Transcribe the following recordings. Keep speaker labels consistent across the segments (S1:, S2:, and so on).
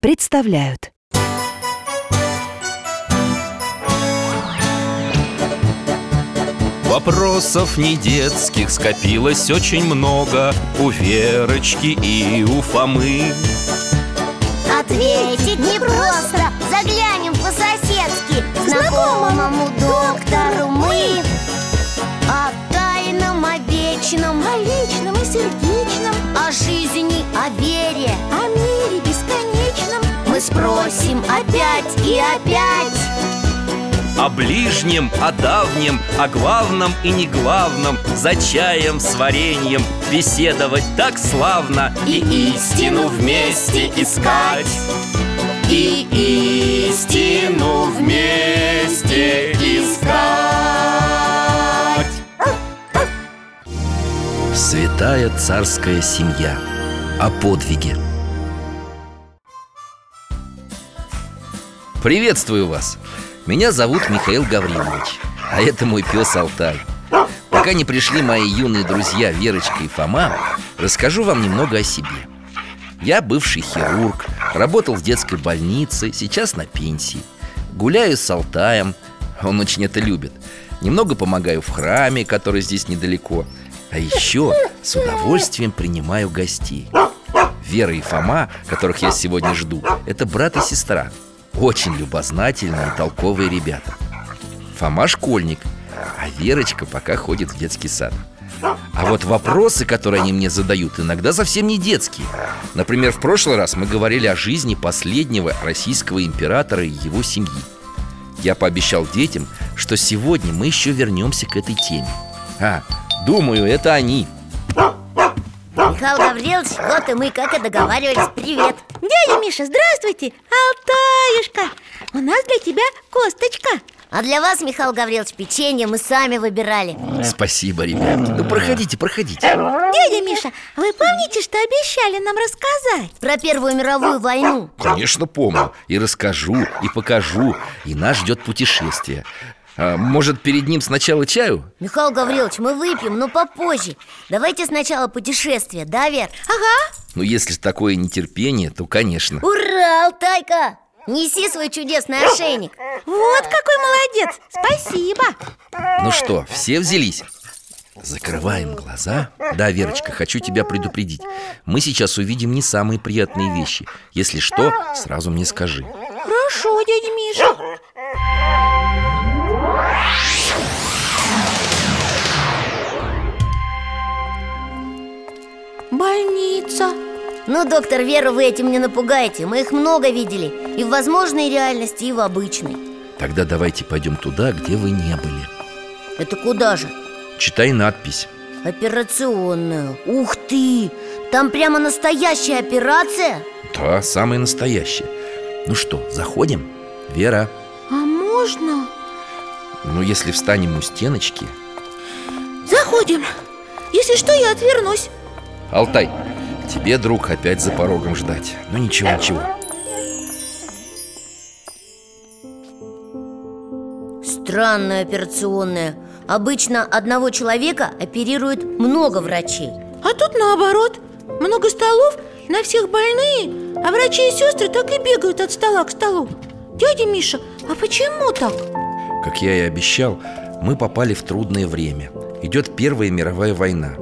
S1: представляют
S2: Вопросов не детских скопилось очень много У Верочки и у Фомы
S3: Ответить непросто Заглянем по-соседски Знакомому доктору мы О тайном, о вечном
S4: О личном и сердечном,
S3: О жизни, о вере
S4: о мире бесконечном
S3: Мы спросим опять и опять
S2: О ближнем, о давнем, о главном и не главном За чаем с вареньем беседовать так славно
S3: И истину вместе искать. И истину
S2: вместе искать Святая царская семья О подвиге Приветствую вас! Меня зовут Михаил Гаврилович А это мой пес Алтай Пока не пришли мои юные друзья Верочка и Фома Расскажу вам немного о себе Я бывший хирург Работал в детской больнице Сейчас на пенсии Гуляю с Алтаем Он очень это любит Немного помогаю в храме, который здесь недалеко А еще с удовольствием принимаю гостей Вера и Фома, которых я сегодня жду Это брат и сестра Очень любознательные и толковые ребята Фома школьник А Верочка пока ходит в детский сад а вот вопросы, которые они мне задают, иногда совсем не детские. Например, в прошлый раз мы говорили о жизни последнего российского императора и его семьи. Я пообещал детям, что сегодня мы еще вернемся к этой теме. А, думаю, это они.
S3: Михаил Гаврилович, вот и мы, как и договаривались, привет
S4: Дядя Миша, здравствуйте! Алтаюшка! У нас для тебя косточка
S3: А для вас, Михаил Гаврилович, печенье мы сами выбирали
S2: Спасибо, ребятки. Ну, проходите, проходите.
S4: Дядя Миша, а вы помните, что обещали нам рассказать?
S3: Про Первую мировую войну
S2: Конечно, помню. И расскажу, и покажу. И нас ждет путешествие. А, может, перед ним сначала чаю?
S3: Михаил Гаврилович, мы выпьем, но попозже Давайте сначала путешествие, да, Вер?
S4: Ага,
S2: Ну, если такое нетерпение, то, конечно.
S3: Ура, Алтайка! Неси свой чудесный ошейник
S4: вот какой молодец! Спасибо!
S2: Ну что, все взялись? Закрываем глаза Да, Верочка, хочу тебя предупредить Мы сейчас увидим не самые приятные вещи Если что, сразу мне скажи
S4: Хорошо, дядя Миша Больница
S3: Ну, доктор Веру, вы этим не напугаете Мы их много видели И в возможной реальности, и в обычной
S2: Тогда давайте пойдем туда, где вы не были
S3: Это куда же?
S2: Читай надпись
S3: Операционную Ух ты! Там прямо настоящая операция?
S2: Да, самое настоящее Ну что, заходим? Вера,
S4: А можно?
S2: ну если встанем у стеночки
S4: Заходим Если что, я отвернусь
S2: Алтай, тебе, друг, опять за порогом ждать Ну ничего, ничего
S3: Странная операционная Обычно одного человека оперирует много врачей
S4: А тут наоборот Много столов, на всех больные А врачи и сестры так и бегают от стола к столу Дядя Миша, а почему так?
S2: Как я и обещал, мы попали в трудное время. Идет Первая мировая война.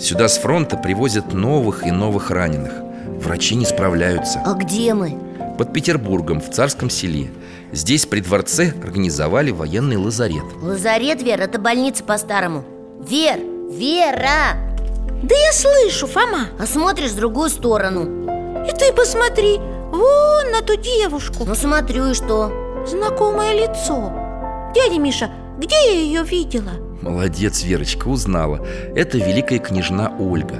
S2: Сюда с фронта привозят новых и новых раненых. Врачи не справляются.
S3: А где мы?
S2: Под Петербургом, в Царском селе. Здесь при дворце организовали военный лазарет.
S3: Лазарет, Вер, это больница по-старому Вер, Вера!
S4: Да я слышу, Фома
S3: А смотришь в другую сторону
S4: И ты посмотри, вон на ту девушку
S3: Ну смотрю и что?
S4: Знакомое лицо Дядя Миша, где я ее видела?
S2: Молодец, Верочка, узнала. Это великая княжна Ольга.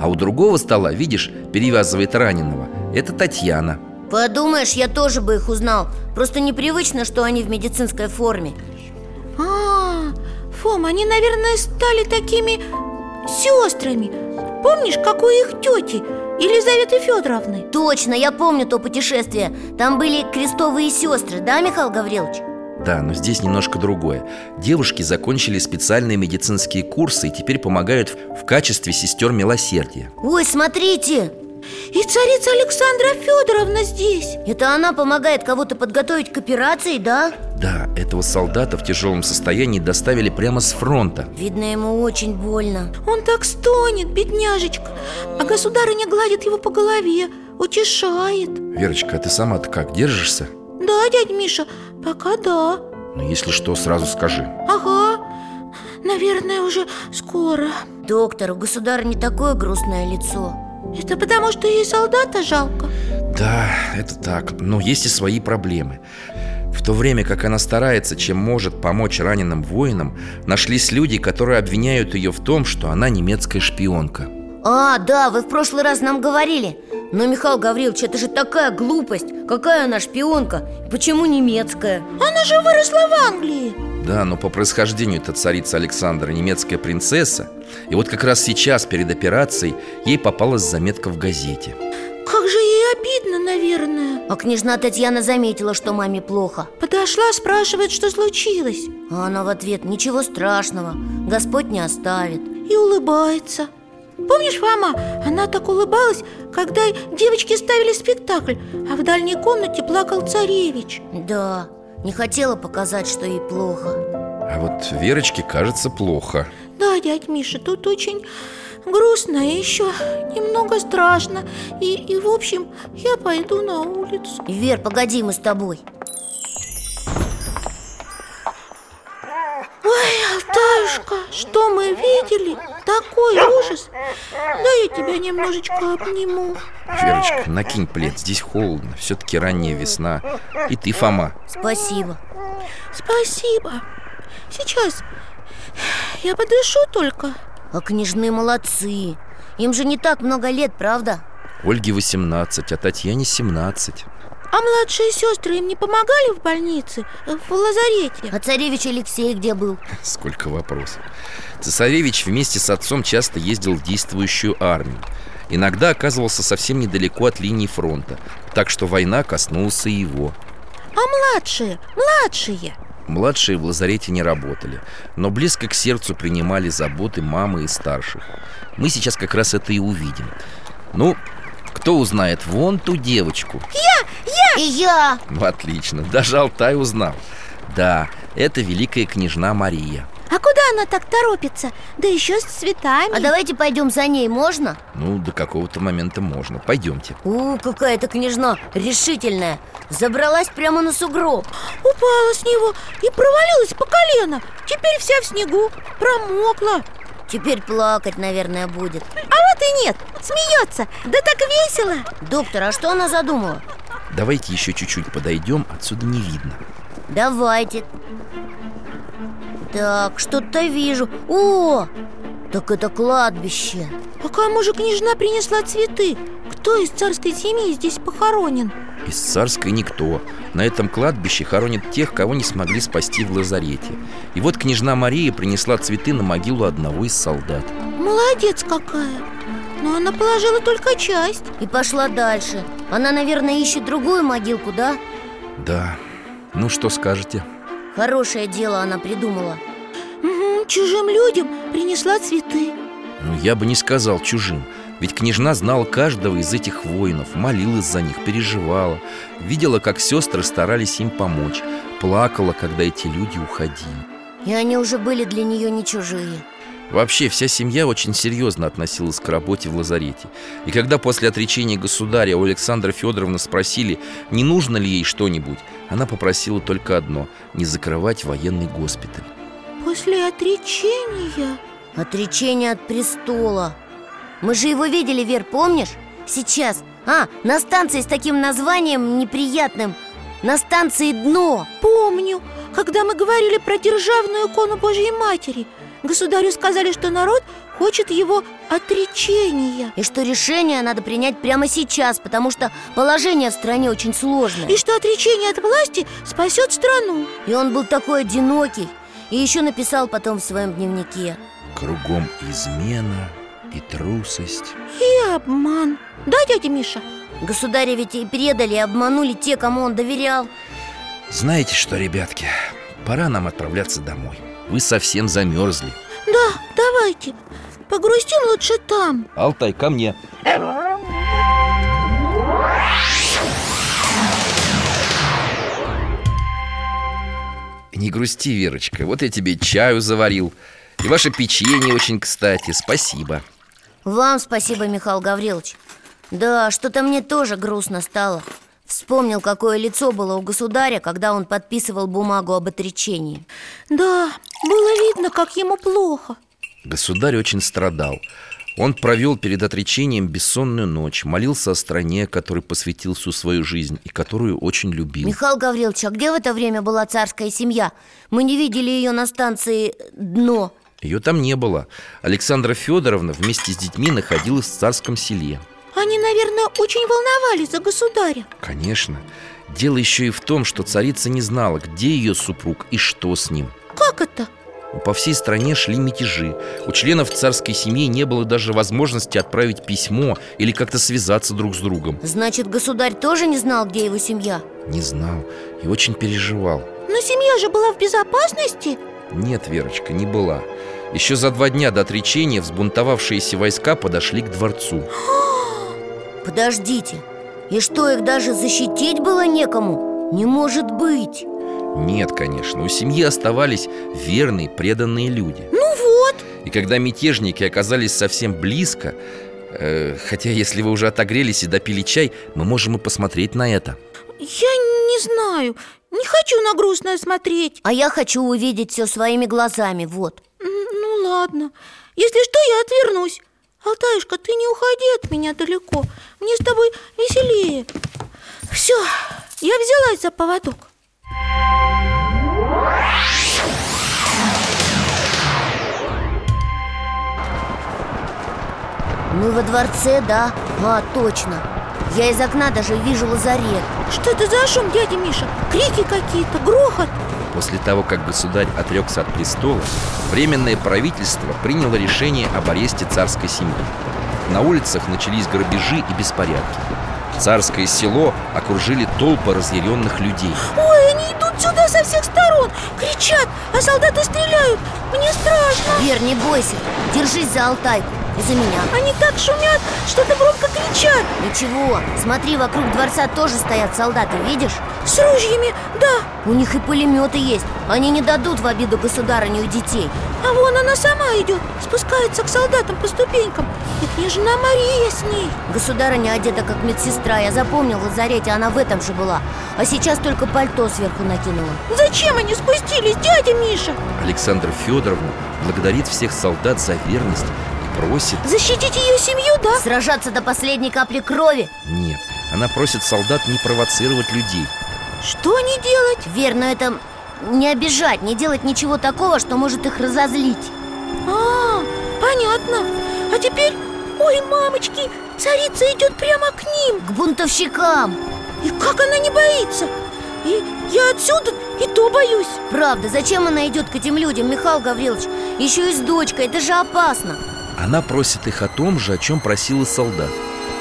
S2: А у другого стола, видишь, перевязывает раненого. Это Татьяна.
S3: Подумаешь, я тоже бы их узнал Просто непривычно, что они в медицинской форме
S4: А, Фома, они, наверное, стали такими сестрами Помнишь, как у их тети Елизаветы Федоровны?
S3: Точно, я помню то путешествие Там были крестовые сестры, да, Михаил Гаврилович?
S2: Да, но здесь немножко другое. Девушки закончили специальные медицинские курсы и теперь помогают в- в качестве сестер милосердия.
S3: Ой, смотрите!
S4: И царица Александра Федоровна здесь
S3: Это она помогает кого-то подготовить к операции, да?
S2: Да, этого солдата в тяжелом состоянии доставили прямо с фронта.
S3: Видно, ему очень больно
S4: Он так стонет, бедняжечка А государыня гладит его по голове, утешает
S2: Верочка, а ты сама-то как, держишься?
S4: Да, дядь Миша, пока да
S2: Ну, если что, сразу скажи.
S4: Ага, наверное, уже скоро
S3: Доктор, у государыни такое грустное лицо
S4: Это потому, что ей солдата жалко
S2: Да, это так, но есть и свои проблемы. В то время как она старается, чем может помочь раненым воинам, нашлись люди, которые обвиняют ее в том, что она немецкая шпионка.
S3: А, да, вы в прошлый раз нам говорили Но, Михаил Гаврилович, это же такая глупость Какая она шпионка? Почему немецкая?
S4: Она же выросла в Англии
S2: Да, но по происхождению это царица Александра, немецкая принцесса. И вот как раз сейчас, перед операцией, ей попалась заметка в газете.
S4: Как же ей обидно, наверное
S3: А княжна Татьяна заметила, что маме плохо
S4: Подошла, спрашивает, что случилось
S3: А она в ответ, ничего страшного, Господь не оставит
S4: И улыбается Помнишь, мама, она так улыбалась, когда девочки ставили спектакль А в дальней комнате плакал царевич
S3: Да, не хотела показать, что ей плохо
S2: А вот Верочке кажется плохо.
S4: Да, дядь Миша, тут очень грустно и еще немного страшно И, и в общем, я пойду на улицу
S3: Вер, погоди, мы с тобой
S4: Ой, Алтаюшка, что мы видели? Такой ужас Да я тебя немножечко обниму
S2: Верочка, накинь плед, здесь холодно, все-таки ранняя весна. И ты, Фома.
S3: Спасибо
S4: Спасибо Сейчас я подышу только
S3: А княжны молодцы Им же не так много лет, правда?
S2: Ольге 18, а Татьяне 17.
S4: А младшие сестры им не помогали в больнице, э, в лазарете?
S3: А царевич Алексей где был?
S2: Сколько вопросов. Цесаревич вместе с отцом часто ездил в действующую армию. Иногда оказывался совсем недалеко от линии фронта, так что война коснулась и его.
S4: А младшие, младшие
S2: Младшие в лазарете не работали, но близко к сердцу принимали заботы мамы и старших. Мы сейчас как раз это и увидим. Ну, кто узнает вон ту девочку?
S3: И я!
S2: Ну, отлично, даже Алтай узнал. Да, это великая княжна Мария.
S4: А куда она так торопится? Да еще с цветами
S3: А давайте пойдем за ней, можно?
S2: Ну, до какого-то момента можно. Пойдемте.
S3: У, какая-то княжна решительная Забралась прямо на сугроб
S4: Упала с него и провалилась по колено Теперь вся в снегу, промокла
S3: Теперь плакать, наверное, будет
S4: А вот и нет, смеется, да так весело
S3: Доктор, а что она задумала?
S2: Давайте еще чуть-чуть подойдем, отсюда не видно.
S3: Давайте Так, что-то вижу О, так это кладбище
S4: А кому же княжна принесла цветы? Кто из царской семьи здесь похоронен?
S2: Из царской никто. На этом кладбище хоронят тех, кого не смогли спасти в лазарете. И вот княжна Мария принесла цветы на могилу одного из солдат.
S4: Молодец какая Но она положила только часть
S3: И пошла дальше Она, наверное, ищет другую могилку, да?
S2: Да. Ну что скажете?
S3: Хорошее дело она придумала
S4: Мгм, Чужим людям принесла цветы
S2: Ну, я бы не сказал чужим. Ведь княжна знала каждого из этих воинов, молилась за них, переживала, видела, как сестры старались им помочь, плакала, когда эти люди уходили.
S3: И они уже были для нее не чужие
S2: Вообще, вся семья очень серьезно относилась к работе в лазарете. И когда после отречения государя у Александра Федоровны спросили, не нужно ли ей что-нибудь, она попросила только одно – не закрывать военный госпиталь.
S4: После отречения
S3: Отречение от престола Мы же его видели, Вер, помнишь? Сейчас А, на станции с таким названием неприятным На станции дно
S4: Помню, когда мы говорили про державную икону Божьей Матери Государю сказали, что народ хочет его отречения
S3: И что решение надо принять прямо сейчас, потому что положение в стране очень сложное.
S4: И что отречение от власти спасет страну
S3: И он был такой одинокий. И еще написал потом в своем дневнике.
S2: Кругом измена и трусость
S4: И обман Да, дядя Миша?
S3: Государя ведь и предали, и обманули те, кому он доверял.
S2: Знаете что, ребятки, пора нам отправляться домой Вы совсем замерзли
S4: Да, давайте Погрустим лучше там
S2: Алтай, ко мне Не грусти, Верочка, вот я тебе чаю заварил И ваше печенье очень кстати, спасибо
S3: Вам спасибо, Михаил Гаврилович. Да, что-то мне тоже грустно стало. Вспомнил, какое лицо было у государя, когда он подписывал бумагу об отречении.
S4: Да, было видно, как ему плохо
S2: Государь очень страдал Он провел перед отречением бессонную ночь Молился о стране, которой посвятил всю свою жизнь И которую очень любил
S3: Михаил Гаврилович, а где в это время была царская семья? Мы не видели ее на станции «Дно».
S2: Ее там не было Александра Федоровна вместе с детьми находилась в царском селе
S4: Они, наверное, очень волновались за государя
S2: Конечно Дело еще и в том, что царица не знала, где ее супруг и что с ним
S4: Как это?
S2: По всей стране шли мятежи У членов царской семьи не было даже возможности отправить письмо Или как-то связаться друг с другом
S3: Значит, государь тоже не знал, где его семья?
S2: Не знал и очень переживал
S4: Но семья же была в безопасности
S2: Нет, Верочка, не была Еще за два дня до отречения взбунтовавшиеся войска подошли к дворцу
S3: Подождите, и что, их даже защитить было некому? Не может быть!
S2: Нет, конечно, у семьи оставались верные, преданные люди
S4: Ну вот,
S2: И когда мятежники оказались совсем близко э, Хотя, если вы уже отогрелись и допили чай, мы можем и посмотреть на это
S4: я не знаю Не хочу на грустное смотреть
S3: А я хочу увидеть все своими глазами, вот
S4: М, Ну ладно, если что, я отвернусь Алтаюшка, ты не уходи от меня далеко Мне с тобой веселее Все, я взялась за поводок
S3: Мы во дворце, да? А, точно Я из окна даже вижу лазарет
S4: Что это за шум, дядя Миша? Крики какие-то, грохот
S2: После того, как государь отрекся от престола, Временное правительство приняло решение об аресте царской семьи На улицах начались грабежи и беспорядки Царское село окружили толпы разъяренных людей
S4: Ой, они идут сюда со всех сторон Кричат, а солдаты стреляют Мне страшно
S3: Вер, не бойся, держись за Алтайку и за меня
S4: Они так шумят, что-то громко кричат
S3: Ничего, смотри, вокруг дворца тоже стоят солдаты, видишь?
S4: С ружьями, да
S3: У них и пулеметы есть Они не дадут в обиду государыню и детей
S4: А вон она сама идет Спускается к солдатам по ступенькам И княжна Мария с ней
S3: Государыня одета как медсестра Я запомнил в лазарете, она в этом же была А сейчас только пальто сверху накинула
S4: Зачем они спустились, дядя Миша?
S2: Александра Федоровна благодарит всех солдат за верность и просит
S4: Защитить ее семью, да?
S3: Сражаться до последней капли крови
S2: Нет, она просит солдат не провоцировать людей
S4: Что не делать?
S3: Верно, это не обижать, не делать ничего такого, что может их разозлить
S4: А, понятно А теперь, ой, мамочки, царица идет прямо к ним
S3: К бунтовщикам
S4: И как она не боится? И я отсюда и то боюсь
S3: Правда, зачем она идет к этим людям, Михаил Гаврилович? Еще и с дочкой, это же опасно
S2: Она просит их о том же, о чем просила солдат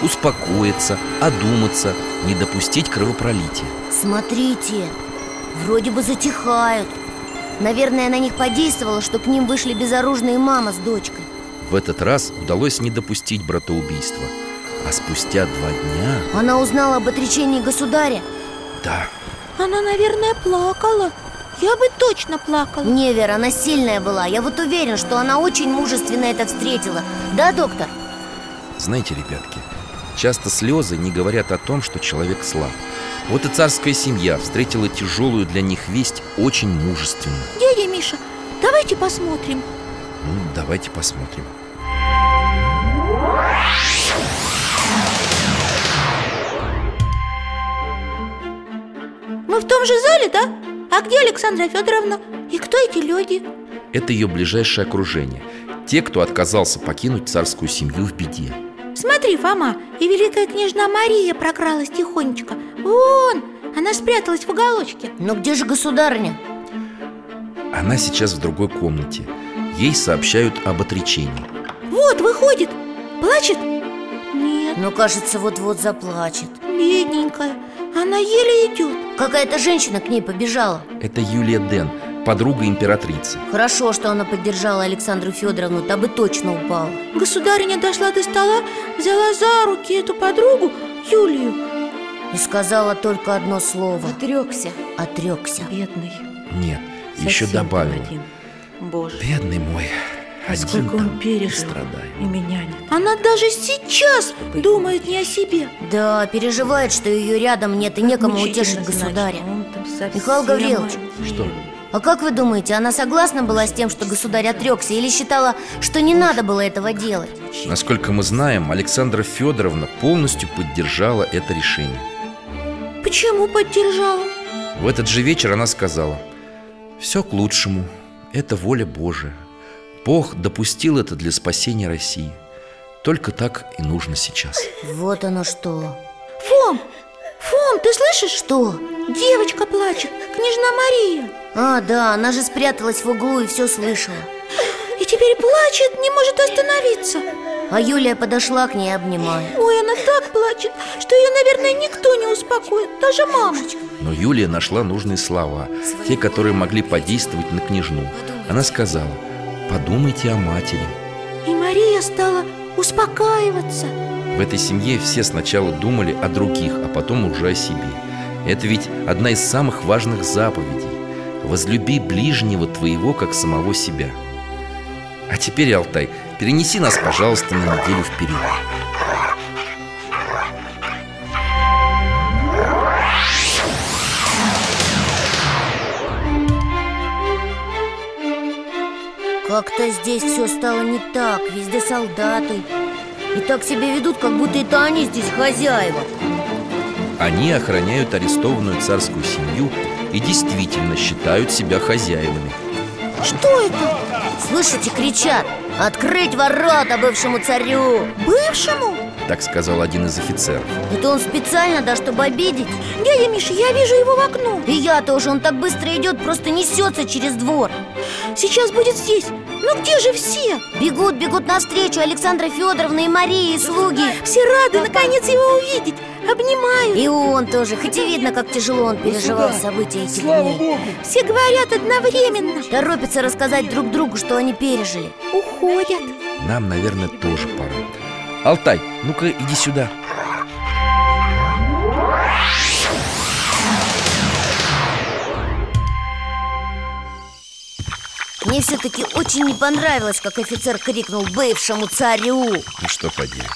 S2: Успокоиться, одуматься, не допустить кровопролития
S3: Смотрите, вроде бы затихают Наверное, на них подействовало, что к ним вышли безоружные мама с дочкой
S2: В этот раз удалось не допустить братоубийства А спустя два дня...
S3: Она узнала об отречении государя?
S2: Да,
S4: Она, наверное, плакала Я бы точно плакала
S3: Не, Вера, она сильная была Я вот уверен, что она очень мужественно это встретила Да, доктор?
S2: знаете, ребятки, часто слезы не говорят о том, что человек слаб Вот и царская семья встретила тяжелую для них весть очень мужественно
S4: Дядя Миша, давайте посмотрим
S2: Ну, давайте посмотрим
S4: Мы в том же зале, да? А где Александра Федоровна? И кто эти люди?
S2: Это ее ближайшее окружение те, кто отказался покинуть царскую семью в беде.
S4: Смотри, Фома, и великая княжна Мария прокралась тихонечко Вон, она спряталась в уголочке
S3: Но где же государыня?
S2: Она сейчас в другой комнате. Ей сообщают об отречении.
S4: Вот, выходит, плачет? Нет,
S3: Но, Ну, кажется, вот-вот заплачет
S4: бедненькая, она еле идет
S3: Какая-то женщина к ней побежала
S2: Это Юлия Ден, подруга императрицы.
S3: Хорошо, что она поддержала Александру Федоровну, та бы точно упала
S4: Государиня дошла до стола, взяла за руки эту подругу, Юлию
S3: И сказала только одно слово
S4: Отрекся
S3: Отрекся
S4: Бедный,
S2: Нет, еще добавила.
S4: Боже
S2: Бедный мой, один
S4: Сколько он
S2: там
S4: пережил.
S2: страдает.
S4: меня нет Она даже сейчас думает не о себе
S3: Да, переживает, что ее рядом нет и некому утешить государя Михаил Гаврилович,
S2: Что?
S3: а как вы думаете, она согласна была с тем, что государь отрекся Или считала, что не надо было этого делать?
S2: Насколько мы знаем, Александра Федоровна полностью поддержала это решение.
S4: Почему поддержала?
S2: В этот же вечер она сказала «Все к лучшему, это воля Божия. Бог допустил это для спасения России. Только так и нужно сейчас».
S3: Вот оно что
S4: Фом, Фом, ты слышишь?
S3: Что?
S4: Девочка плачет, княжна Мария
S3: А, да, она же спряталась в углу и все слышала
S4: И теперь плачет, не может остановиться
S3: А Юлия подошла к ней, обнимая
S4: Ой, она так плачет, что ее, наверное, никто не успокоит, даже мамочка
S2: Но Юлия нашла нужные слова, те, которые могли подействовать на княжну. Она сказала «Подумайте о матери».
S4: И Мария стала успокаиваться
S2: В этой семье все сначала думали о других, а потом уже о себе. Это ведь одна из самых важных заповедей. Возлюби ближнего твоего, как самого себя. А теперь, Алтай, перенеси нас, пожалуйста, на неделю вперед.
S3: Как-то здесь все стало не так, везде солдаты И так себя ведут, как будто это они здесь хозяева
S2: Они охраняют арестованную царскую семью и действительно считают себя хозяевами.
S4: Что это?
S3: Слышите, кричат Открыть ворота бывшему царю
S4: Бывшему?
S2: Так сказал один из офицеров.
S3: Это он специально, да, чтобы обидеть
S4: Дядя Миша, я вижу его в окно
S3: И я тоже, он так быстро идет, просто несется через двор
S4: Сейчас будет здесь Ну где же все?
S3: Бегут, бегут навстречу Александра Федоровна и Мария, и слуги
S4: Все рады наконец его увидеть Обнимают
S3: И он тоже, хоть и видно, как тяжело он переживал события этих дней
S4: Все говорят одновременно
S3: Торопится рассказать друг другу, что они пережили
S4: Уходят
S2: Нам, наверное, тоже пора. Алтай, ну-ка иди сюда.
S3: Мне все-таки очень не понравилось, как офицер крикнул бывшему царю
S2: Ну что поделать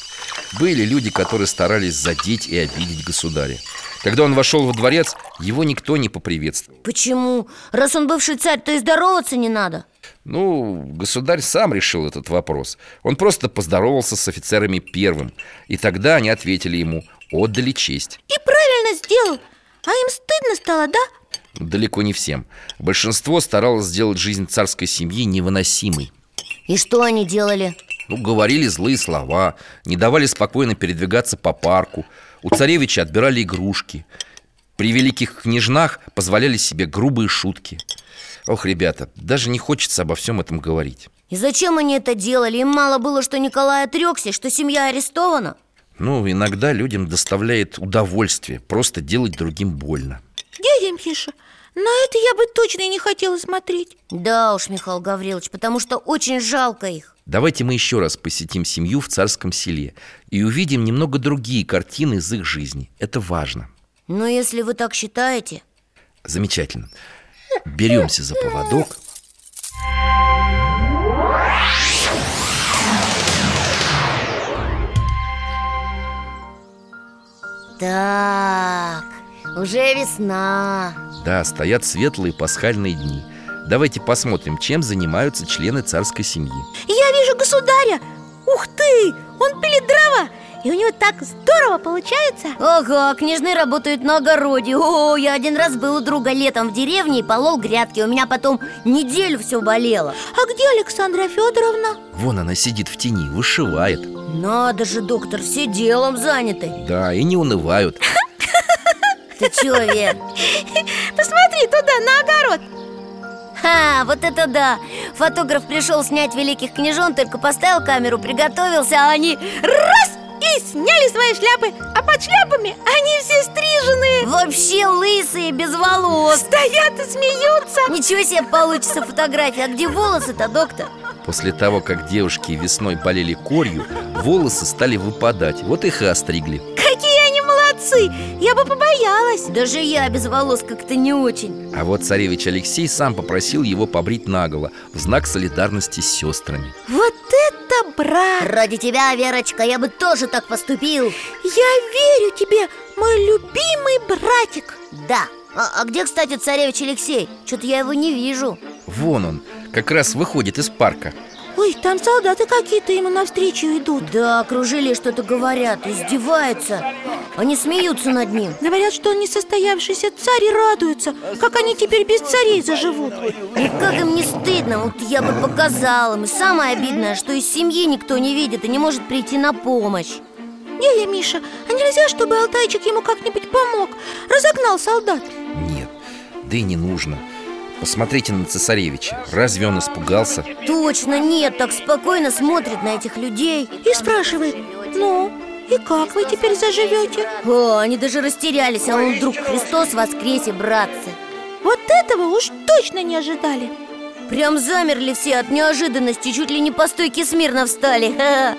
S2: Были люди, которые старались задеть и обидеть государя Когда он вошел во дворец, его никто не поприветствовал
S3: Почему? Раз он бывший царь, то и здороваться не надо
S2: Ну, государь сам решил этот вопрос Он просто поздоровался с офицерами первым И тогда они ответили ему Отдали честь
S4: И правильно сделал А им стыдно стало, да?
S2: Далеко не всем Большинство старалось сделать жизнь царской семьи невыносимой
S3: И что они делали?
S2: Ну, говорили злые слова, не давали спокойно передвигаться по парку. У царевича отбирали игрушки. При великих княжнах позволяли себе грубые шутки. Ох, ребята, даже не хочется обо всем этом говорить.
S3: И зачем они это делали? Им мало было, что Николай отрекся, что семья арестована
S2: Ну, иногда людям доставляет удовольствие просто делать другим больно.
S4: Дядя Миша, на это я бы точно не хотела смотреть
S3: Да уж, Михаил Гаврилович, потому что очень жалко их
S2: Давайте мы еще раз посетим семью в царском селе и увидим немного другие картины из их жизни. Это важно.
S3: Но если вы так считаете
S2: Замечательно. Беремся за поводок
S3: Так, уже весна
S2: Да, стоят светлые пасхальные дни. Давайте посмотрим, чем занимаются члены царской семьи.
S4: Я вижу государя Ух ты! Он пилит дрова И у него так здорово получается
S3: Ага, княжны работают на огороде О, я один раз был у друга летом в деревне и полол грядки У меня потом неделю все болело
S4: А где Александра Федоровна?
S2: Вон она сидит в тени, вышивает
S3: Надо же, доктор, все делом заняты
S2: Да, и не унывают
S3: Ты чё, Вер?
S4: Посмотри туда, на огород
S3: Ха, вот это да! Фотограф пришел снять великих княжон, только поставил камеру, приготовился, а они...
S4: Раз! И сняли свои шляпы А под шляпами они все стриженные
S3: Вообще лысые, без волос
S4: Стоят и смеются
S3: Ничего себе получится фотография А где волосы-то, доктор?
S2: После того, как девушки весной болели корью Волосы стали выпадать, вот их и остригли
S4: Какие они молодцы! Я бы побоялась
S3: Даже я без волос как-то не очень
S2: А вот царевич Алексей сам попросил его побрить наголо В знак солидарности с сестрами
S4: Вот это брат!
S3: Ради тебя, Верочка, я бы тоже так поступил
S4: Я верю тебе, мой любимый братик
S3: Да а, а где, кстати, царевич Алексей? Что-то я его не вижу
S2: Вон он, как раз выходит из парка
S4: Ой, там солдаты какие-то ему навстречу идут
S3: Да, окружили и что-то говорят, издеваются Они смеются над ним
S4: Говорят, что он несостоявшийся царь и радуется Как они теперь без царей заживут
S3: И как им не стыдно, вот я бы показала им И самое обидное, что из семьи никто не видит и не может прийти на помощь
S4: Деля, Миша, а нельзя, чтобы Алтайчик ему как-нибудь помог? Разогнал солдат
S2: Нет, да и не нужно Посмотрите на цесаревича, разве он испугался?
S3: Точно нет, так спокойно смотрит на этих людей
S4: И спрашивает Ну, и как вы теперь заживете?
S3: О, они даже растерялись, а он вдруг Христос воскресе, братцы
S4: Вот этого уж точно не ожидали
S3: Прям замерли все от неожиданности, чуть ли не по стойке смирно встали Ха.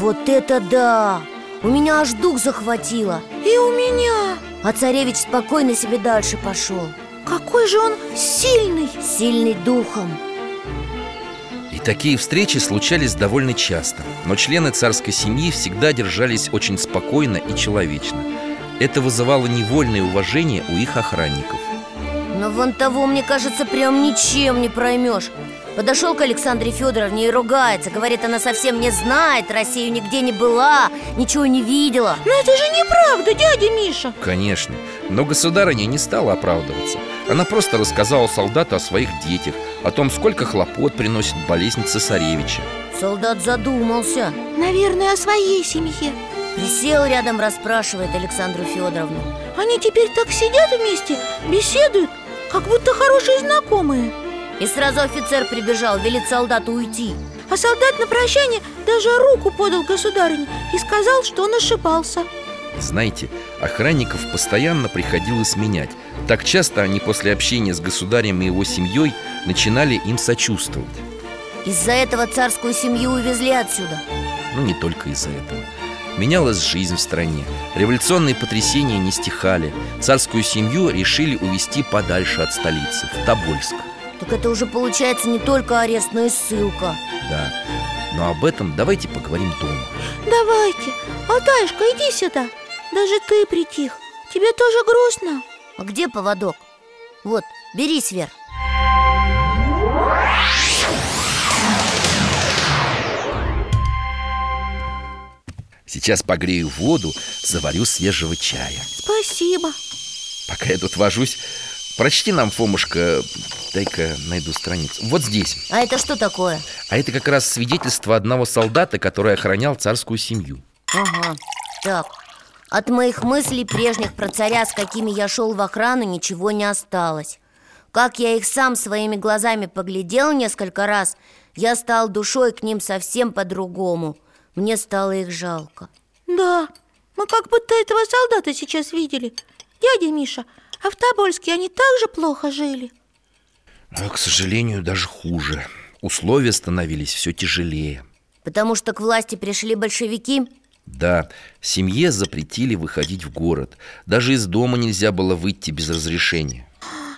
S3: Вот это да! У меня аж дух захватило
S4: И у меня
S3: А царевич спокойно себе дальше пошел
S4: Какой же он сильный
S3: Сильный духом
S2: И такие встречи случались довольно часто Но члены царской семьи всегда держались очень спокойно и человечно Это вызывало невольное уважение у их охранников
S3: Но вон того, мне кажется, прям ничем не проймешь Подошел к Александре Федоровне и ругается Говорит, она совсем не знает, Россию нигде не была Ничего не видела
S4: Но это же неправда, дядя Миша
S2: Конечно, но государыня не стала оправдываться Она просто рассказала солдату о своих детях О том, сколько хлопот приносит болезнь цесаревича
S3: Солдат задумался
S4: Наверное, о своей семье
S3: Присел рядом, расспрашивает Александру Федоровну
S4: Они теперь так сидят вместе, беседуют, как будто хорошие знакомые
S3: И сразу офицер прибежал, велит солдату уйти
S4: А солдат на прощание даже руку подал государыне и сказал, что он ошибался
S2: Знаете, охранников постоянно приходилось менять Так часто они после общения с государем и его семьей Начинали им сочувствовать
S3: Из-за этого царскую семью увезли отсюда
S2: Ну не только из-за этого Менялась жизнь в стране Революционные потрясения не стихали Царскую семью решили увезти подальше от столицы В Тобольск
S3: Так это уже получается не только арест, но и ссылка
S2: Да, но об этом давайте поговорим дома
S4: Давайте, Алтаюшка, иди сюда Даже ты притих, тебе тоже грустно
S3: А где поводок? Вот, бери, Свер
S2: Сейчас погрею воду, заварю свежего чая
S4: Спасибо
S2: Пока я тут вожусь, прочти нам, Фомушка Дай-ка найду страницу Вот здесь
S3: А это что такое?
S2: А это как раз свидетельство одного солдата, который охранял царскую семью
S3: Ага, так От моих мыслей прежних про царя, с какими я шел в охрану, ничего не осталось Как я их сам своими глазами поглядел несколько раз Я стал душой к ним совсем по-другому Мне стало их жалко
S4: Да, мы как будто этого солдата сейчас видели Дядя Миша, а в Тобольске они так же плохо жили?
S2: А, к сожалению, даже хуже Условия становились все тяжелее
S3: Потому что к власти пришли большевики
S2: Да, семье запретили выходить в город Даже из дома нельзя было выйти без разрешения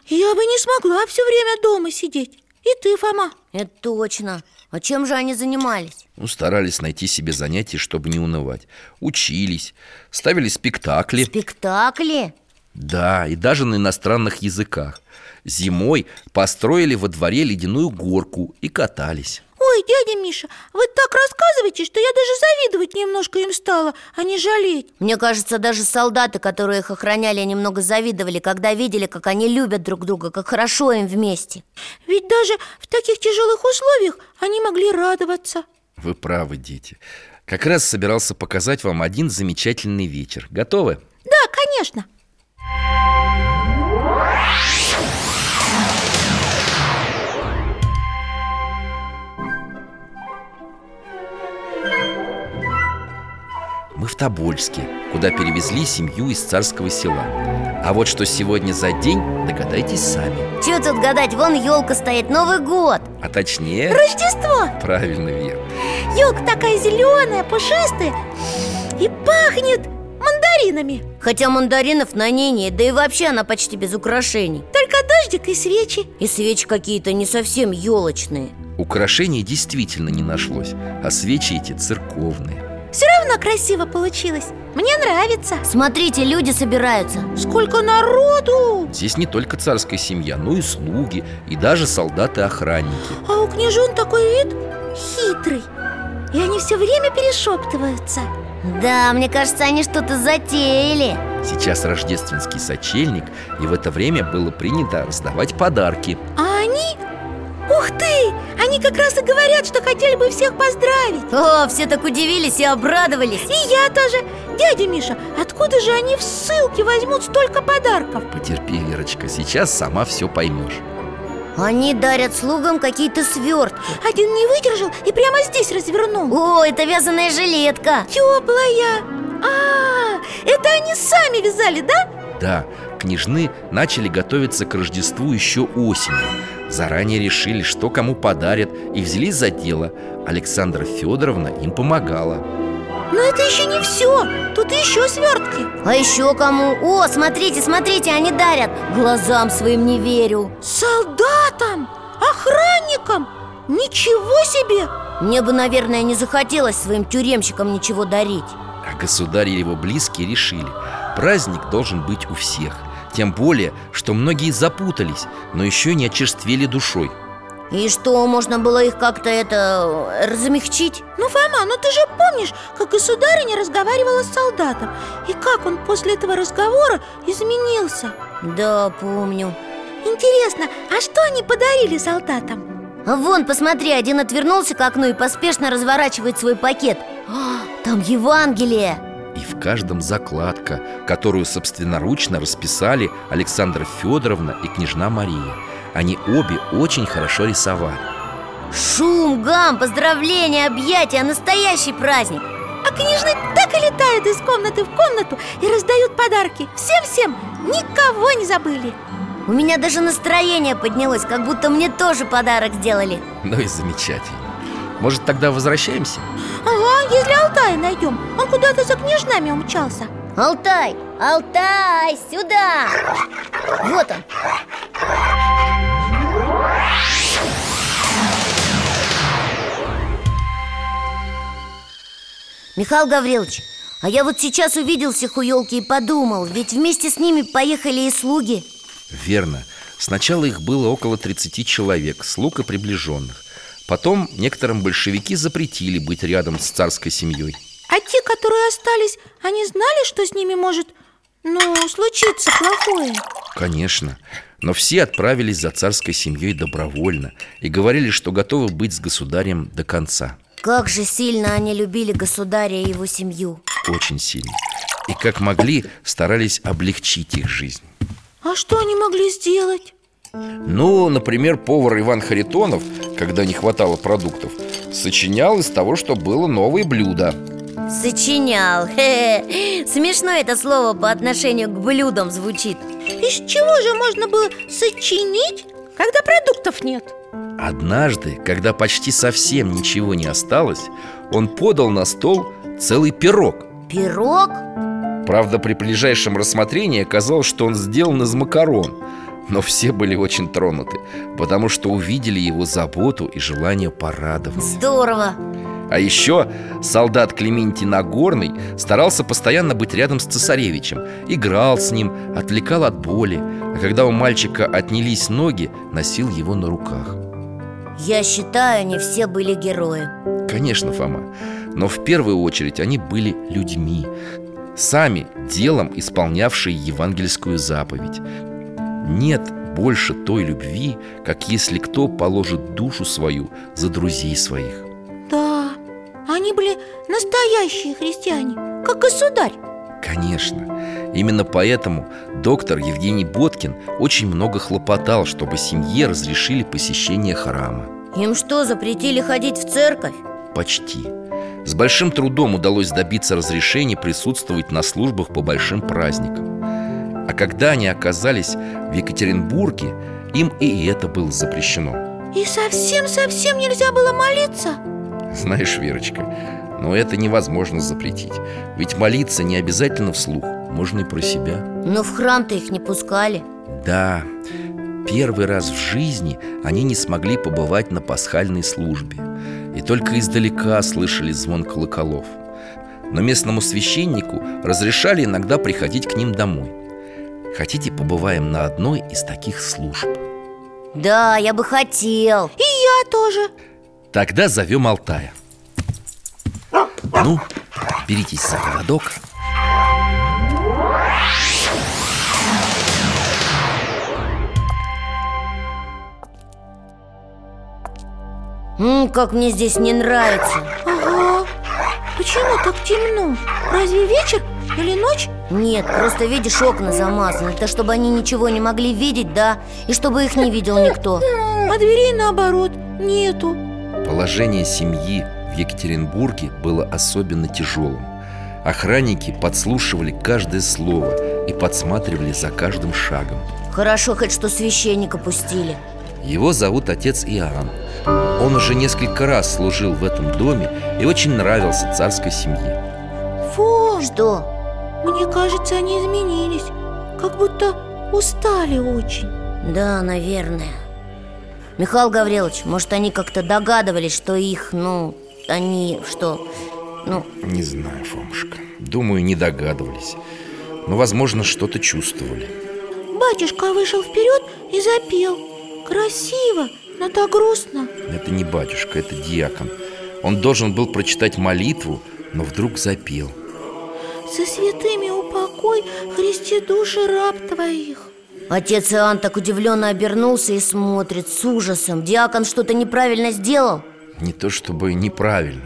S4: Я бы не смогла все время дома сидеть И ты, Фома
S3: Это точно А чем же они занимались?
S2: Ну, старались найти себе занятия, чтобы не унывать Учились, ставили спектакли
S3: Спектакли?
S2: Да, и даже на иностранных языках Зимой построили во дворе ледяную горку и катались
S4: Ой, Ой, дядя Миша, вы так рассказываете, что я даже завидовать немножко им стала, а не жалеть
S3: Мне кажется, даже солдаты, которые их охраняли, немного завидовали, когда видели, как они любят друг друга, как хорошо им вместе.
S4: Ведь даже в таких тяжелых условиях они могли радоваться
S2: Вы правы, дети Как раз собирался показать вам один замечательный вечер Готовы?
S4: Да, конечно
S2: Мы в Тобольске, куда перевезли семью из царского села А вот что сегодня за день, догадайтесь сами
S3: Чего тут гадать, вон елка стоит, Новый год
S2: А точнее,
S4: Рождество!
S2: правильно, Вер
S4: Елка такая зеленая, пушистая И пахнет мандаринами
S3: Хотя мандаринов на ней нет, да и вообще она почти без украшений
S4: Только дождик и свечи
S3: И свечи какие-то не совсем елочные
S2: Украшений действительно не нашлось А свечи эти церковные
S4: Все равно красиво получилось Мне нравится
S3: Смотрите, люди собираются
S4: Сколько народу!
S2: Здесь не только царская семья, но и слуги И даже солдаты-охранники
S4: А у княжон такой вид хитрый И они все время перешептываются
S3: Да, мне кажется, они что-то затеяли
S2: Сейчас рождественский сочельник И в это время было принято раздавать подарки
S4: А они... Ух ты! Они как раз и говорят, что хотели бы всех поздравить
S3: О, все так удивились и обрадовались
S4: И я тоже Дядя Миша, откуда же они в ссылке возьмут столько подарков?
S2: Потерпи, Верочка, сейчас сама все поймешь
S3: Они дарят слугам какие-то свертки
S4: Один не выдержал и прямо здесь развернул
S3: О, это вязаная жилетка
S4: Теплая А, это они сами вязали, да?
S2: Да, княжны начали готовиться к Рождеству еще осенью Заранее решили, что кому подарят И взялись за дело Александра Федоровна им помогала
S4: Но это еще не все Тут еще свертки
S3: А еще кому? О, смотрите, смотрите, они дарят Глазам своим не верю
S4: Солдатам, охранникам Ничего себе!
S3: Мне бы, наверное, не захотелось своим тюремщикам ничего дарить
S2: А государь и его близкие решили Праздник должен быть у всех Тем более, что многие запутались Но еще не очерствели душой
S3: И что, можно было их как-то это... размягчить?
S4: Ну, Фома, ну ты же помнишь, как государыня разговаривала с солдатом И как он после этого разговора изменился
S3: Да, помню
S4: Интересно, а что они подарили солдатам?
S3: А Вон, посмотри, один отвернулся к окну и поспешно разворачивает свой пакет А, Там Евангелие
S2: И в каждом закладка, которую собственноручно расписали Александра Федоровна и княжна Мария. Они обе очень хорошо рисовали.
S3: Шум, гам, поздравления, объятия, настоящий праздник
S4: А книжные так и летают из комнаты в комнату и раздают подарки Всем-всем, никого не забыли
S3: У меня даже настроение поднялось, как будто мне тоже подарок сделали
S2: Ну и замечательно. Может, тогда возвращаемся?
S4: Ага, если Алтая найдем, он куда-то за княжнами умчался
S3: Алтай, Алтай, сюда! Вот он Михаил Гаврилович, а я вот сейчас увидел всех у елки и подумал Ведь вместе с ними поехали и слуги
S2: Верно. Сначала их было около 30 человек, слуг и приближенных. Потом некоторым большевики запретили быть рядом с царской семьей.
S4: А те, которые остались, они знали, что с ними может, ну, случиться плохое?
S2: Конечно. Но все отправились за царской семьей добровольно и говорили, что готовы быть с государем до конца.
S3: Как же сильно они любили государя и его семью
S2: Очень сильно. И как могли, старались облегчить их жизнь.
S4: А что они могли сделать?
S2: Ну, например, повар Иван Харитонов, когда не хватало продуктов, сочинял из того, что было новые блюда.
S3: Сочинял Хе-хе. Смешно это слово по отношению к блюдам звучит
S4: Из чего же можно было сочинить, когда продуктов нет?
S2: Однажды, когда почти совсем ничего не осталось, он подал на стол целый пирог.
S3: Пирог?
S2: Правда, при ближайшем рассмотрении оказалось, что он сделан из макарон. Но все были очень тронуты, потому что увидели его заботу и желание порадовать.
S3: Здорово
S2: А еще солдат Клементий Нагорный старался постоянно быть рядом с цесаревичем Играл с ним, отвлекал от боли А когда у мальчика отнялись ноги, носил его на руках
S3: Я считаю, они все были герои
S2: Конечно, Фома Но в первую очередь они были людьми Сами делом исполнявшие евангельскую заповедь Нет больше той любви, как если кто положит душу свою за друзей своих
S4: Да, они были настоящие христиане, как государь
S2: Конечно. Именно поэтому доктор Евгений Боткин очень много хлопотал, чтобы семье разрешили посещение храма.
S3: Им что, запретили ходить в церковь?
S2: Почти. С большим трудом удалось добиться разрешения присутствовать на службах по большим праздникам. А когда они оказались в Екатеринбурге, им и это было запрещено.
S4: И совсем-совсем нельзя было молиться
S2: Знаешь, Верочка, но это невозможно запретить. Ведь молиться не обязательно вслух, можно и про себя.
S3: Но Ну, в храм-то их не пускали
S2: Да, первый раз в жизни они не смогли побывать на пасхальной службе И только издалека слышали звон колоколов Но местному священнику разрешали иногда приходить к ним домой Хотите, побываем на одной из таких служб?
S3: Да, я бы хотел
S4: И я А тоже
S2: Тогда зовем Алтая Ну, беритесь за поводок
S3: М, Как мне здесь не нравится
S4: Ага Почему так темно? Разве вечер или ночь?
S3: Нет, просто видишь, окна замазаны Это чтобы они ничего не могли видеть, да? И чтобы их не видел никто
S4: А дверей наоборот нету
S2: Положение семьи в Екатеринбурге было особенно тяжелым. Охранники подслушивали каждое слово и подсматривали за каждым шагом.
S3: Хорошо хоть, что священника пустили
S2: Его зовут отец Иоанн. Он уже несколько раз служил в этом доме и очень нравился царской семье.
S4: Фу,
S3: Что?
S4: мне кажется, они изменились Как будто устали очень
S3: Да, наверное Михаил Гаврилович, может, они как-то догадывались, что их, ну, они, что, ну,
S2: Не знаю, Фомушка. Думаю, не догадывались. Но, возможно, что-то чувствовали.
S4: Батюшка вышел вперед и запел Красиво, но так грустно
S2: Это не батюшка, это диакон. Он должен был прочитать молитву, но вдруг запел.
S4: Со святыми упокой, Христе души раб твоих
S3: Отец Иоанн так удивленно обернулся и смотрит с ужасом Диакон что-то неправильно сделал?
S2: Не то чтобы неправильно,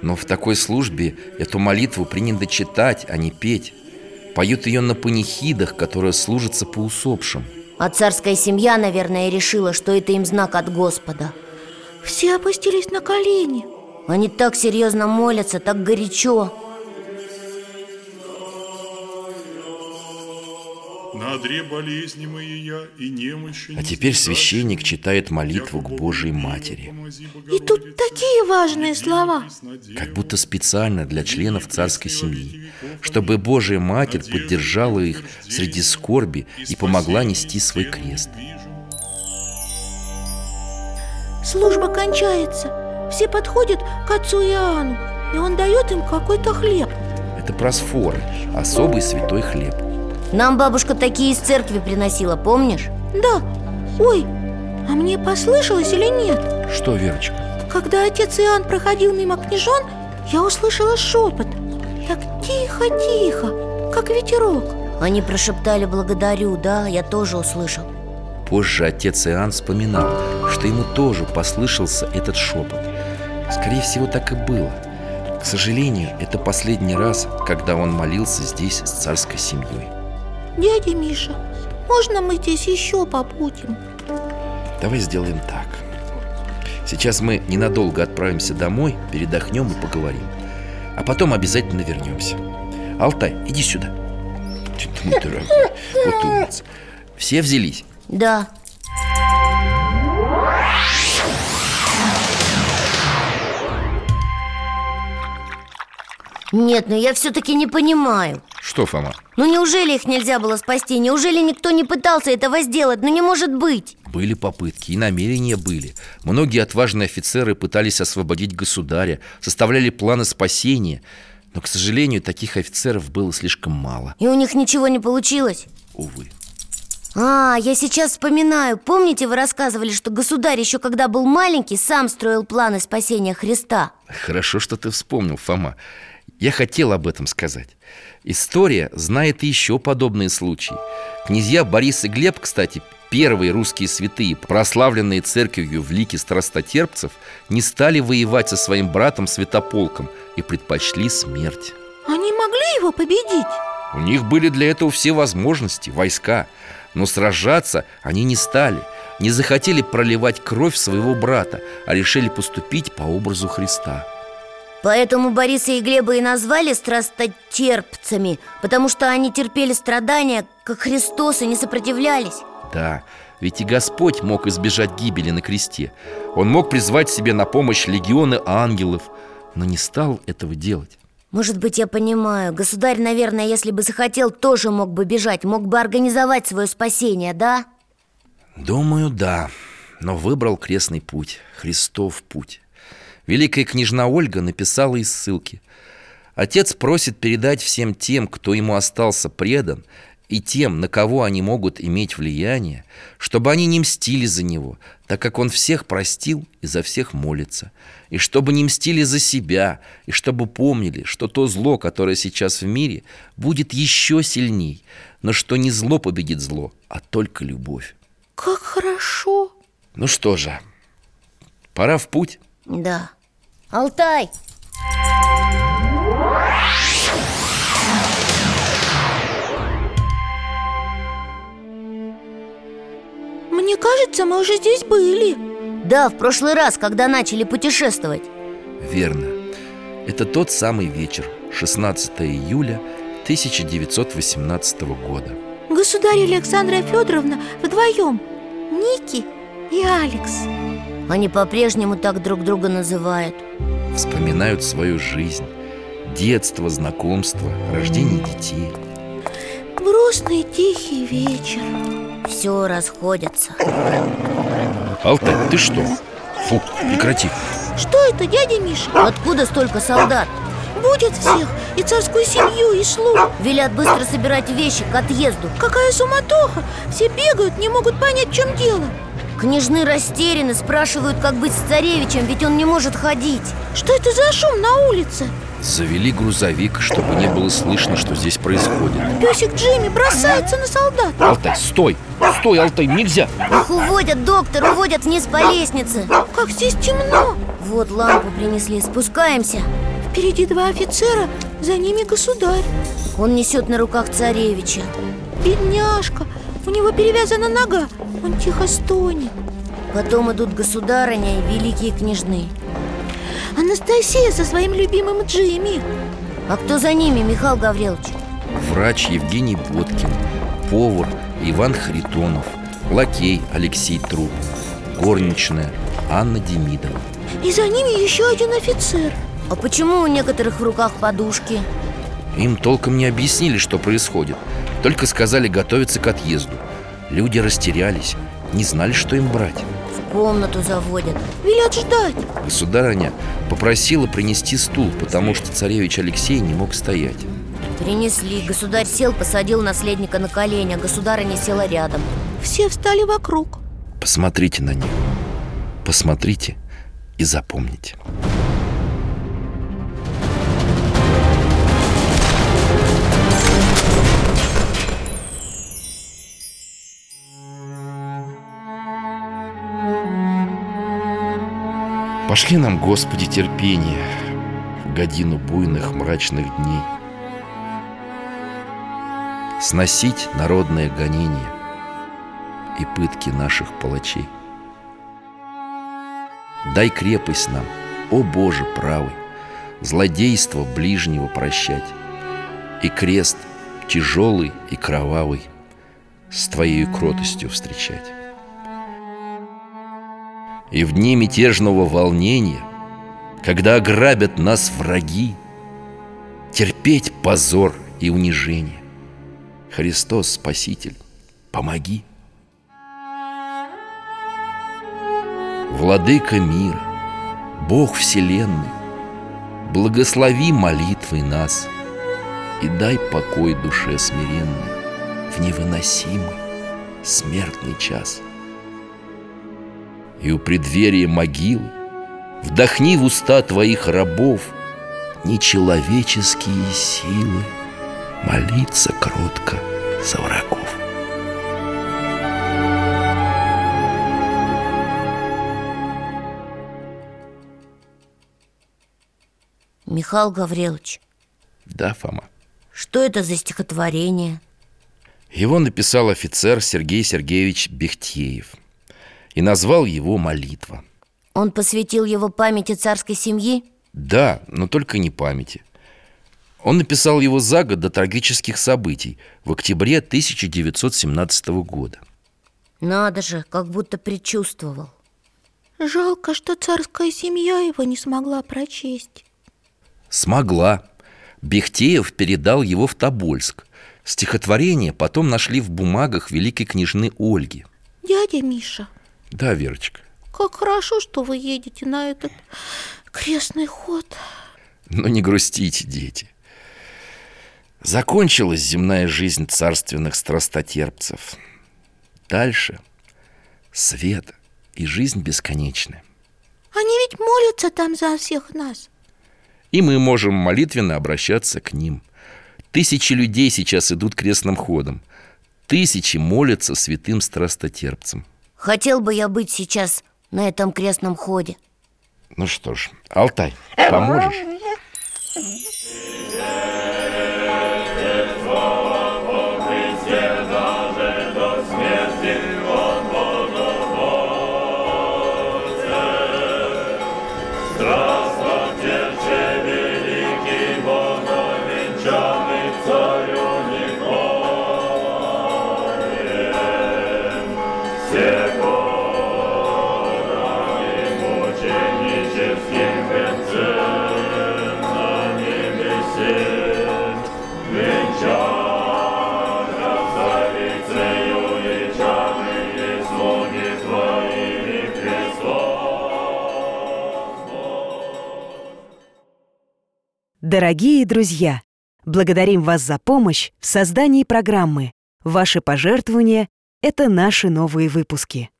S2: но в такой службе эту молитву принято читать, а не петь. Поют ее на панихидах, которые служатся по усопшим.
S3: А царская семья, наверное, решила, что это им знак от Господа
S4: Все опустились на колени
S3: Они так серьезно молятся, так горячо
S5: На одре болезни мои я и немощи
S2: А
S5: не
S2: теперь
S5: стесаюсь.
S2: святщенник читает молитву
S5: Яко
S2: к
S5: Богу
S2: Божьей
S5: Твоему
S2: Матери,
S5: помози,
S4: И тут
S5: Богородица,
S4: такие важные слова
S5: с надеждой
S2: как будто специально для членов царской семьи, чтобы Божья Матерь поддержала их среди скорби и помогла нести свой крест.
S5: вижу.
S4: Служба кончается Все подходят к отцу Иоанну И он дает им какой-то хлеб
S2: Это просфор, особый святой хлеб.
S3: Нам бабушка такие из церкви приносила, помнишь?
S4: Да, ой, а мне послышалось или нет?
S2: Что, Верочка?
S4: Когда отец Иоанн проходил мимо княжон Я услышала шепот Так тихо-тихо, как ветерок
S3: Они прошептали «благодарю», да, я тоже услышал
S2: Позже отец Иоанн вспоминал, что ему тоже послышался этот шепот. Скорее всего, так и было. К сожалению, это последний раз, когда он молился здесь с царской семьей.
S4: Дядя Миша, можно мы здесь еще побудем?
S2: Давай сделаем так. Сейчас мы ненадолго отправимся домой, передохнем и поговорим. А потом обязательно вернемся. Алтай, иди сюда. Ты ты мой дорогой, вот умница. Все взялись.
S3: Да, нет, но я все-таки не понимаю
S2: Что, Фома?
S3: Ну неужели их нельзя было спасти? Неужели никто не пытался этого сделать? Ну не может быть!
S2: Были попытки и намерения были. Многие отважные офицеры пытались освободить государя, составляли планы спасения. Но, к сожалению, таких офицеров было слишком мало,
S3: И у них ничего не получилось
S2: увы.
S3: А, я сейчас вспоминаю. Помните, вы рассказывали, что государь еще когда был маленький, сам строил планы спасения Христа?
S2: Хорошо, что ты вспомнил, Фома. Я хотел об этом сказать. История знает и еще подобные случаи. Князья Борис и Глеб, кстати, первые русские святые, прославленные церковью в лике страстотерпцев, не стали воевать со своим братом Святополком и предпочли смерть.
S4: Они могли его победить?
S2: У них были для этого все возможности, войска. Но сражаться они не стали, не захотели проливать кровь своего брата, а решили поступить по образу Христа.
S3: Поэтому Бориса и Глеба и назвали страстотерпцами, потому что они терпели страдания, как Христос, и не сопротивлялись.
S2: Да, ведь и Господь мог избежать гибели на кресте. Он мог призвать себе на помощь легионы ангелов, но не стал этого делать.
S3: Может быть, я понимаю. Государь, наверное, если бы захотел, тоже мог бы бежать, мог бы организовать свое спасение, да?
S2: Думаю, да, но выбрал крестный путь, Христов путь. Великая княжна Ольга написала из ссылки. Отец просит передать всем тем, кто ему остался предан, и тем, на кого они могут иметь влияние, чтобы они не мстили за него, так как он всех простил и за всех молится, и чтобы не мстили за себя, и чтобы помнили, что то зло, которое сейчас в мире, будет еще сильней, но что не зло победит зло, а только любовь.
S4: Как хорошо
S2: Ну что же, пора в путь.
S3: Да. Алтай!
S4: Мне кажется, мы уже здесь были
S3: Да, в прошлый раз, когда начали путешествовать.
S2: Верно. Это тот самый вечер, 16 июля 1918 года.
S4: Государь и Александра Федоровна вдвоем Ники и Алекс
S3: Они по-прежнему так друг друга называют.
S2: Вспоминают свою жизнь, детство, знакомство, рождение детей.
S4: Грустный тихий вечер
S3: Все расходятся.
S2: Алтай, ты что? Фу, прекрати.
S4: Что это, дядя Миша?
S3: Откуда столько солдат?
S4: Будет всех, и царскую семью, и слуг
S3: Велят быстро собирать вещи к отъезду.
S4: Какая суматоха! Все бегают, не могут понять, в чем дело
S3: Княжны растеряны, спрашивают, как быть с царевичем, ведь он не может ходить.
S4: Что это за шум на улице?
S2: Завели грузовик, чтобы не было слышно, что здесь происходит.
S4: Песик Джимми бросается на солдат
S2: Алтай, стой! Стой, Алтай, нельзя!
S3: Их уводят, доктор, уводят вниз по лестнице.
S4: Как здесь темно
S3: Вот лампу принесли, спускаемся.
S4: Впереди два офицера, за ними государь
S3: Он несет на руках царевича.
S4: Бедняжка, у него перевязана нога Он тихо стонет
S3: Потом идут государыня и великие княжны.
S4: Анастасия со своим любимым Джимми
S3: А кто за ними, Михаил Гаврилович?
S2: Врач Евгений Боткин, повар Иван Харитонов, лакей Алексей Труп, горничная Анна Демидова.
S4: И за ними еще один офицер
S3: А почему у некоторых в руках подушки?
S2: Им толком не объяснили, что происходит Только сказали готовиться к отъезду Люди растерялись, не знали, что им брать
S3: В комнату заводят.
S4: Велят ждать
S2: Государыня попросила принести стул, потому что царевич Алексей не мог стоять
S3: Принесли, государь сел, посадил наследника на колени, а государыня села рядом.
S4: Все встали вокруг
S2: Посмотрите на них, посмотрите и запомните Пошли нам, Господи, терпение В годину буйных мрачных дней Сносить народное гонение И пытки наших палачей Дай крепость нам, о Боже правый Злодейство ближнего прощать И крест тяжелый и кровавый С Твоей кротостью встречать и в дни мятежного волнения, когда ограбят нас враги, терпеть позор и унижение. Христос, Спаситель, помоги. Владыка мира, Бог Вселенной, благослови молитвой нас и дай покой душе смиренной в невыносимый смертный час. И у преддверия могил вдохни в уста твоих рабов нечеловеческие силы молиться кротко за врагов.
S3: Михаил Гаврилович,
S2: Да, Фома.
S3: что это за стихотворение?
S2: Его написал офицер Сергей Сергеевич Бехтеев и назвал его «Молитва».
S3: Он посвятил его памяти царской семьи?
S2: Да, но только не памяти. Он написал его за год до трагических событий в октябре 1917 года.
S3: Надо же, как будто предчувствовал
S4: Жалко, что царская семья его не смогла прочесть
S2: Смогла. Бехтеев передал его в Тобольск. Стихотворение потом нашли в бумагах великой княжны Ольги.
S4: Дядя Миша,
S2: Да, Верочка.
S4: как хорошо, что вы едете на этот крестный ход
S2: Но не грустите, дети. Закончилась земная жизнь царственных страстотерпцев. Дальше свет и жизнь бесконечны.
S4: Они ведь молятся там за всех нас
S2: И мы можем молитвенно обращаться к ним. Тысячи людей сейчас идут крестным ходом. Тысячи молятся святым страстотерпцам.
S3: Хотел бы я быть сейчас на этом крестном ходе
S2: Ну что ж, Алтай, поможешь?
S1: Дорогие друзья, благодарим вас за помощь в создании программы. Ваши пожертвования – это наши новые выпуски.